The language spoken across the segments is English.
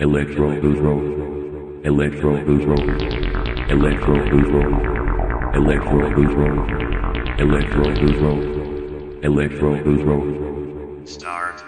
Electro Electro Electro Electro Electro Electro Electro Start.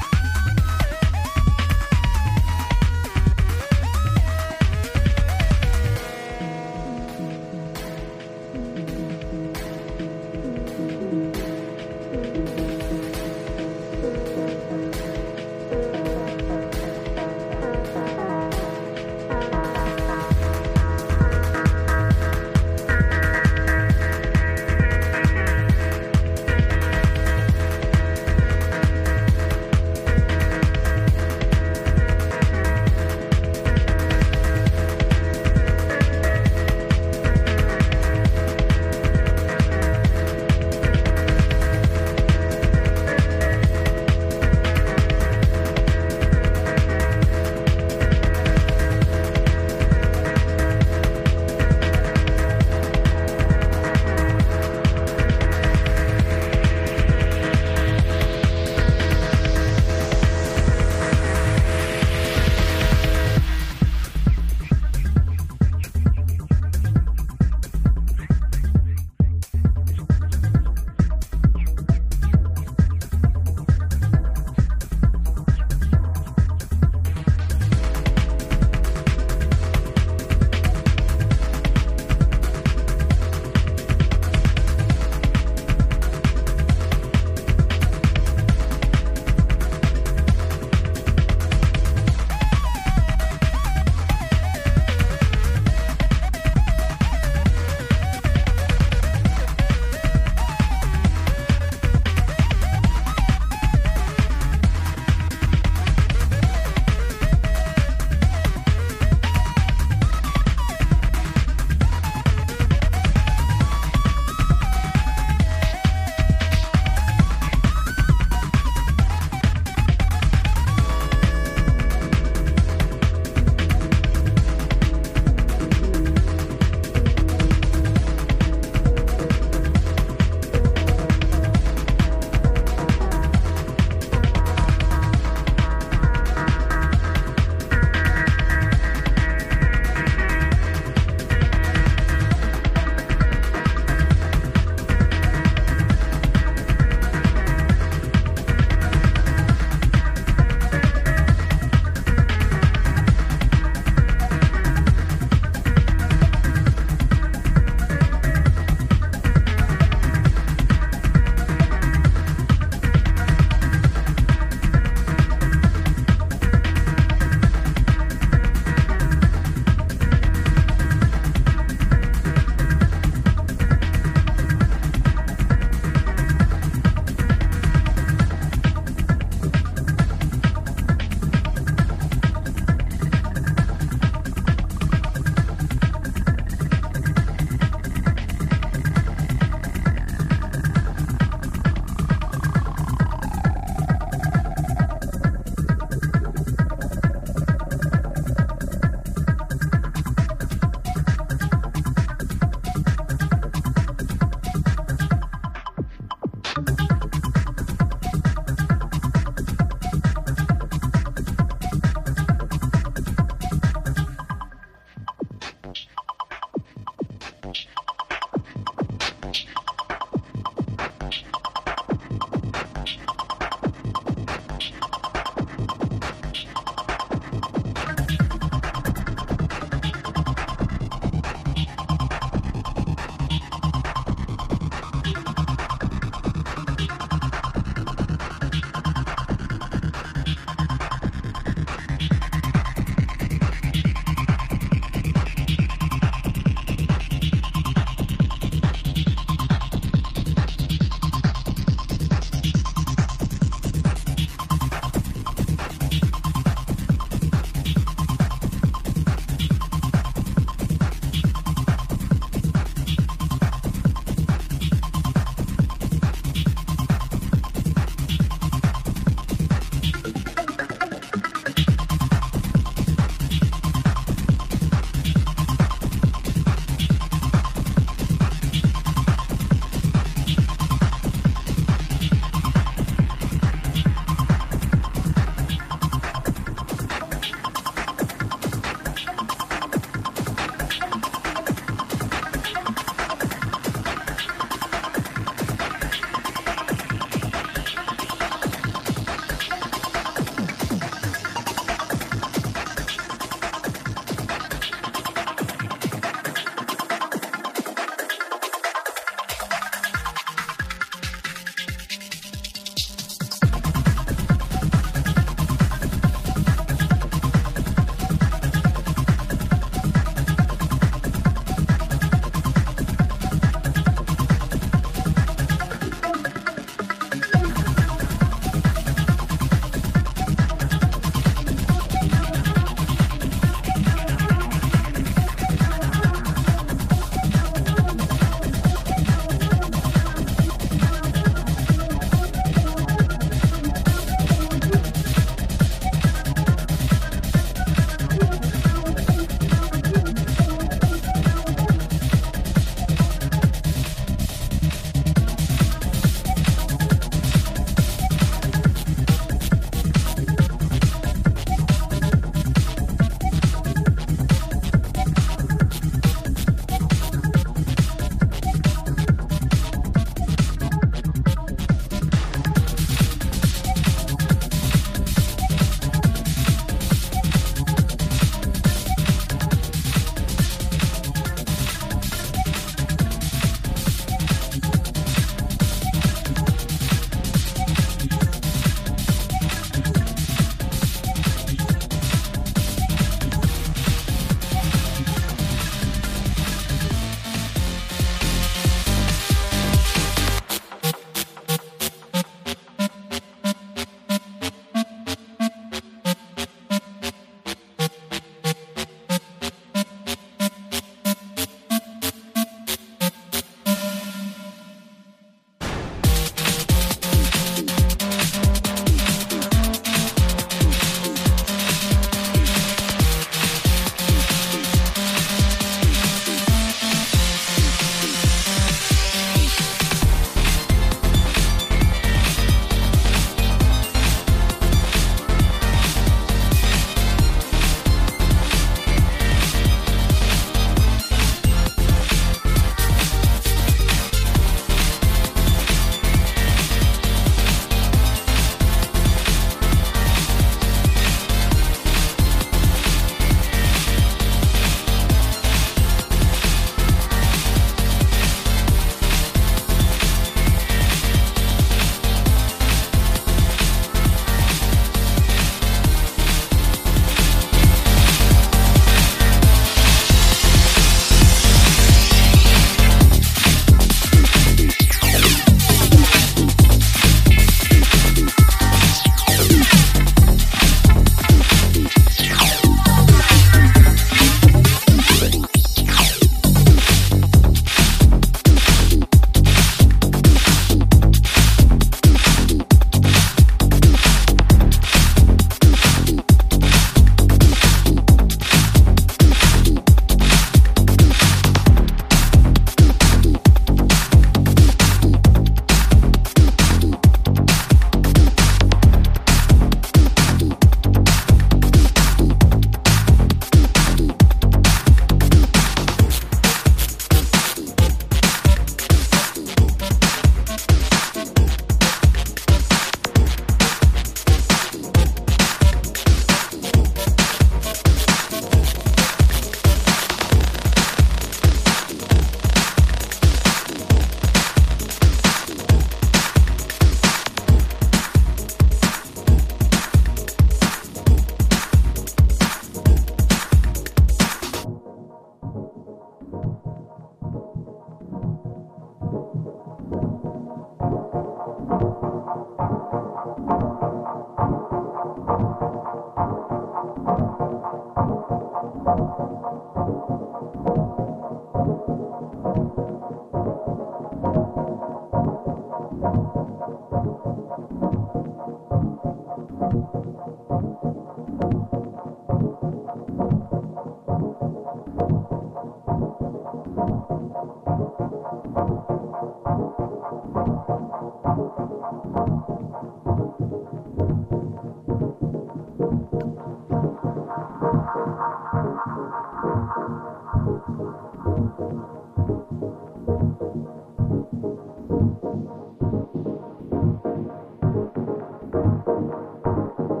Thank you.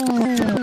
Electro